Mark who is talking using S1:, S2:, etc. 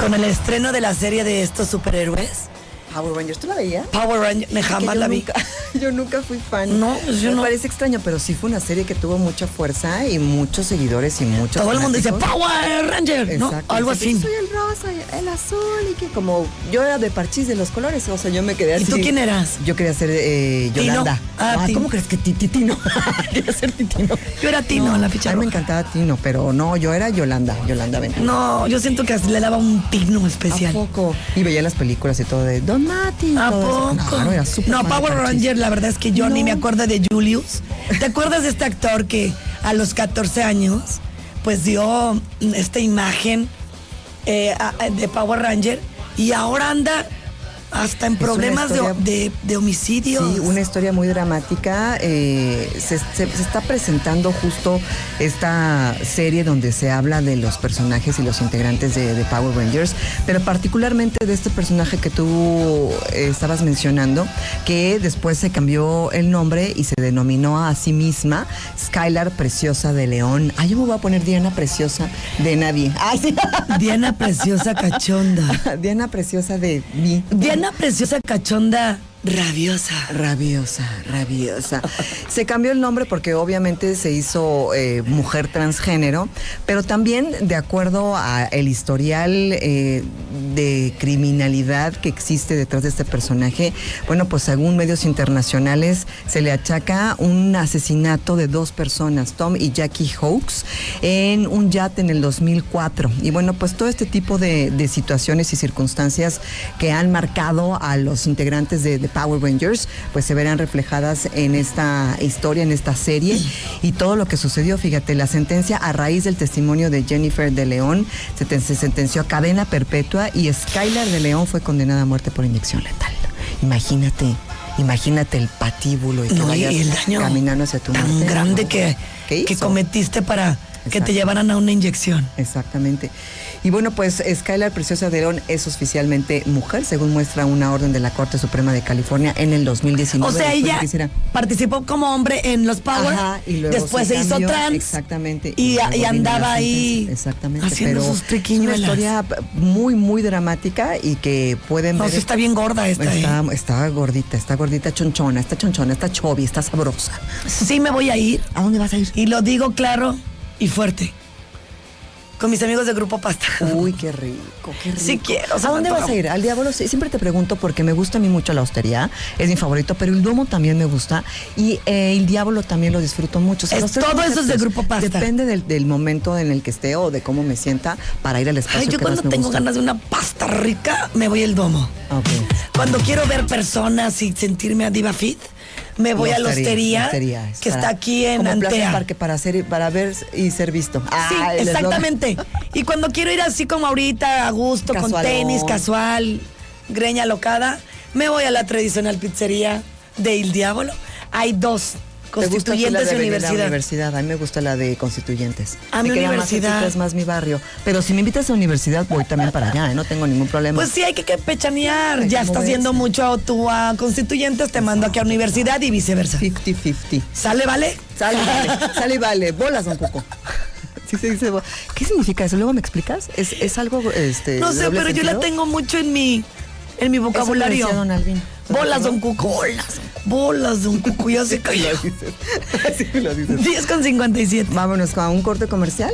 S1: con el estreno de la serie de estos superhéroes.
S2: Power Rangers, ¿tú la veías?
S1: Power Rangers, me
S2: Que
S1: jamás
S2: yo
S1: Ah, la vi.
S2: nunca- yo nunca fui fan.
S1: No, pues yo
S2: Me
S1: no.
S2: parece extraño, pero sí fue una serie que tuvo mucha fuerza y muchos seguidores y muchos.
S1: Todo el mundo dice
S2: fanáticos.
S1: Power Ranger,
S2: Exacto.
S1: ¿no? Algo
S2: Dice, "Yo
S1: así.
S2: Soy el rosa, el azul y que como yo era de parchís de los colores, o sea, yo me quedé
S1: ¿Y
S2: así.
S1: tú quién eras?
S2: Yo quería ser eh,
S1: Tino.
S2: Yolanda.
S1: Ah, Tino.
S2: ¿Cómo crees que ti- ti- Tino? quería ser Titino.
S1: Yo era Tino, la ficha
S2: A mí me
S1: roja.
S2: encantaba Tino, pero no, yo era Yolanda, Yolanda Benavente.
S1: No, yo siento que así le daba un tino
S2: ¿A
S1: especial.
S2: poco? Y veía las películas y todo de Don Mati. y
S1: ¿A
S2: todo eso.
S1: poco?
S2: Claro, era súper
S1: no,
S2: fan de
S1: Power
S2: Parchís.
S1: Ranger, la verdad es que yo ni
S2: No.
S1: me acuerdo de Julius. ¿Te acuerdas de este actor que a los 14 años, pues dio mm, esta imagen eh, a- a- de Power Ranger y ahora anda hasta en
S2: Es una
S1: problemas de,
S2: historia-
S1: de, de homicidios?
S2: Sí, una historia muy dramática. eh, se, se- se está presentando justo esta serie donde se habla de los personajes y los integrantes de, de Power Rangers, pero particularmente de este personaje que tú eh, estabas mencionando, que después se cambió el nombre y se denominó a sí misma Skylar Preciosa de León. Ay, yo me voy a poner Diana Preciosa de nadie. Ay, sí.
S1: Diana Preciosa Cachonda.
S2: Diana Preciosa de mí.
S1: Diana Preciosa Cachonda Rabiosa.
S2: Rabiosa, rabiosa. Se cambió el nombre porque obviamente se hizo eh, mujer transgénero, pero también de acuerdo a el historial eh, de criminalidad que existe detrás de este personaje, bueno, pues según medios internacionales se le achaca un asesinato de dos personas, Tom y Jackie Hawkes, en un yate en el 2004. Y bueno, pues todo este tipo de, de situaciones y circunstancias que han marcado a los integrantes de, de Power Rangers, pues se verán reflejadas en esta historia, en esta serie. Y todo lo que sucedió, fíjate, la sentencia a raíz del testimonio de Jennifer de León se, te- se sentenció a cadena perpetua y Skylar de León fue condenada a muerte por inyección letal. Imagínate. Imagínate el patíbulo y que
S1: No, y
S2: vayas
S1: el daño
S2: caminando hacia tu
S1: tan
S2: muerte,
S1: grande
S2: ¿no?
S1: que,
S2: ¿Qué
S1: que
S2: hizo?
S1: cometiste para que
S2: Exacto.
S1: te llevaran a una inyección.
S2: Exactamente. Y bueno, pues Skylar Preciosa de León es oficialmente mujer, según muestra una orden de la Corte Suprema de California en el 2019.
S1: O sea,
S2: después de
S1: ella
S2: que hiciera-
S1: participó como hombre en los Power.
S2: Ajá, y luego
S1: después se,
S2: se
S1: hizo
S2: cambió,
S1: trans.
S2: exactamente, y
S1: Y,
S2: luego
S1: y
S2: vino
S1: andaba
S2: la
S1: ahí.
S2: sentencia, exactamente,
S1: Haciendo
S2: pero
S1: sus triquiñuelas.
S2: Es una historia muy, muy dramática y que pueden
S1: No,
S2: ver.
S1: sí está bien gorda esta. ¿eh?
S2: Está, está gordita, está gordita, chonchona, está chonchona, está chovi, está sabrosa.
S1: Sí me voy a ir.
S2: ¿A dónde vas a ir?
S1: Y lo digo claro y fuerte. Con mis amigos de Grupo Pasta.
S2: Uy, qué rico, qué rico.
S1: Sí quiero, se
S2: ¿A
S1: me
S2: dónde
S1: antoja.
S2: vas a ir? Al Diablo. Sí, Siempre te pregunto porque me gusta a mí mucho la austeridad. Es mi favorito, pero el Duomo también me gusta. Y eh, el Diablo también lo disfruto mucho. O sea,
S1: Es-
S2: los tres
S1: todo eso es de
S2: conceptos.
S1: Grupo Pasta.
S2: Depende del, del momento en el que esté o de cómo me sienta para ir al espacio.
S1: Ay, yo
S2: que más
S1: cuando
S2: me
S1: tengo
S2: gusta.
S1: ganas de una pasta rica, me voy al domo.
S2: Ah, ok.
S1: Cuando quiero ver personas y sentirme a Diva Fit, me voy
S2: La
S1: a la hostería,
S2: la hostería,
S1: que
S2: para-
S1: está aquí en
S2: como Plaza
S1: Antea.
S2: Parque para, hacer, para ver y ser visto.
S1: Sí,
S2: Ah, el eslogan.
S1: exactamente. Y cuando quiero ir así como ahorita, a gusto, con
S2: Casualón.
S1: tenis, casual, greña locada, me voy a la tradicional pizzería de Il Diablo. Hay dos,
S2: ¿Te gusta a ti la
S1: Constituyentes
S2: de
S1: y
S2: Avenida
S1: Universidad.
S2: universidad. A mí me gusta la de Constituyentes.
S1: A
S2: me
S1: mí
S2: queda
S1: Universidad.
S2: Más, cerquita, es más mi barrio. Pero si me invitas a Universidad, voy también para allá. ¿eh? No tengo ningún problema.
S1: Pues sí, hay que, que pechanear.
S2: Ay,
S1: Ya
S2: ¿cómo
S1: estás
S2: ves?
S1: yendo mucho a tu a Constituyentes, te mando aquí a Universidad y viceversa.
S2: 50-50.
S1: ¿Sale, vale?
S2: Sale, vale. Sale y vale. Bolas un poco. Sí, se dice bo- ¿Qué significa eso? ¿Luego me explicas? ¿Es, es algo este,
S1: No
S2: de
S1: sé,
S2: doble
S1: pero yo la
S2: sentido?
S1: tengo mucho en mi, en mi vocabulario.
S2: Eso me decía don Alvin.
S1: Bolas, don Cuco. Bolas, bolas, don Cuco. Ya se cayó.
S2: Así me lo dices.
S1: 10 con 57.
S2: Vámonos a un corte comercial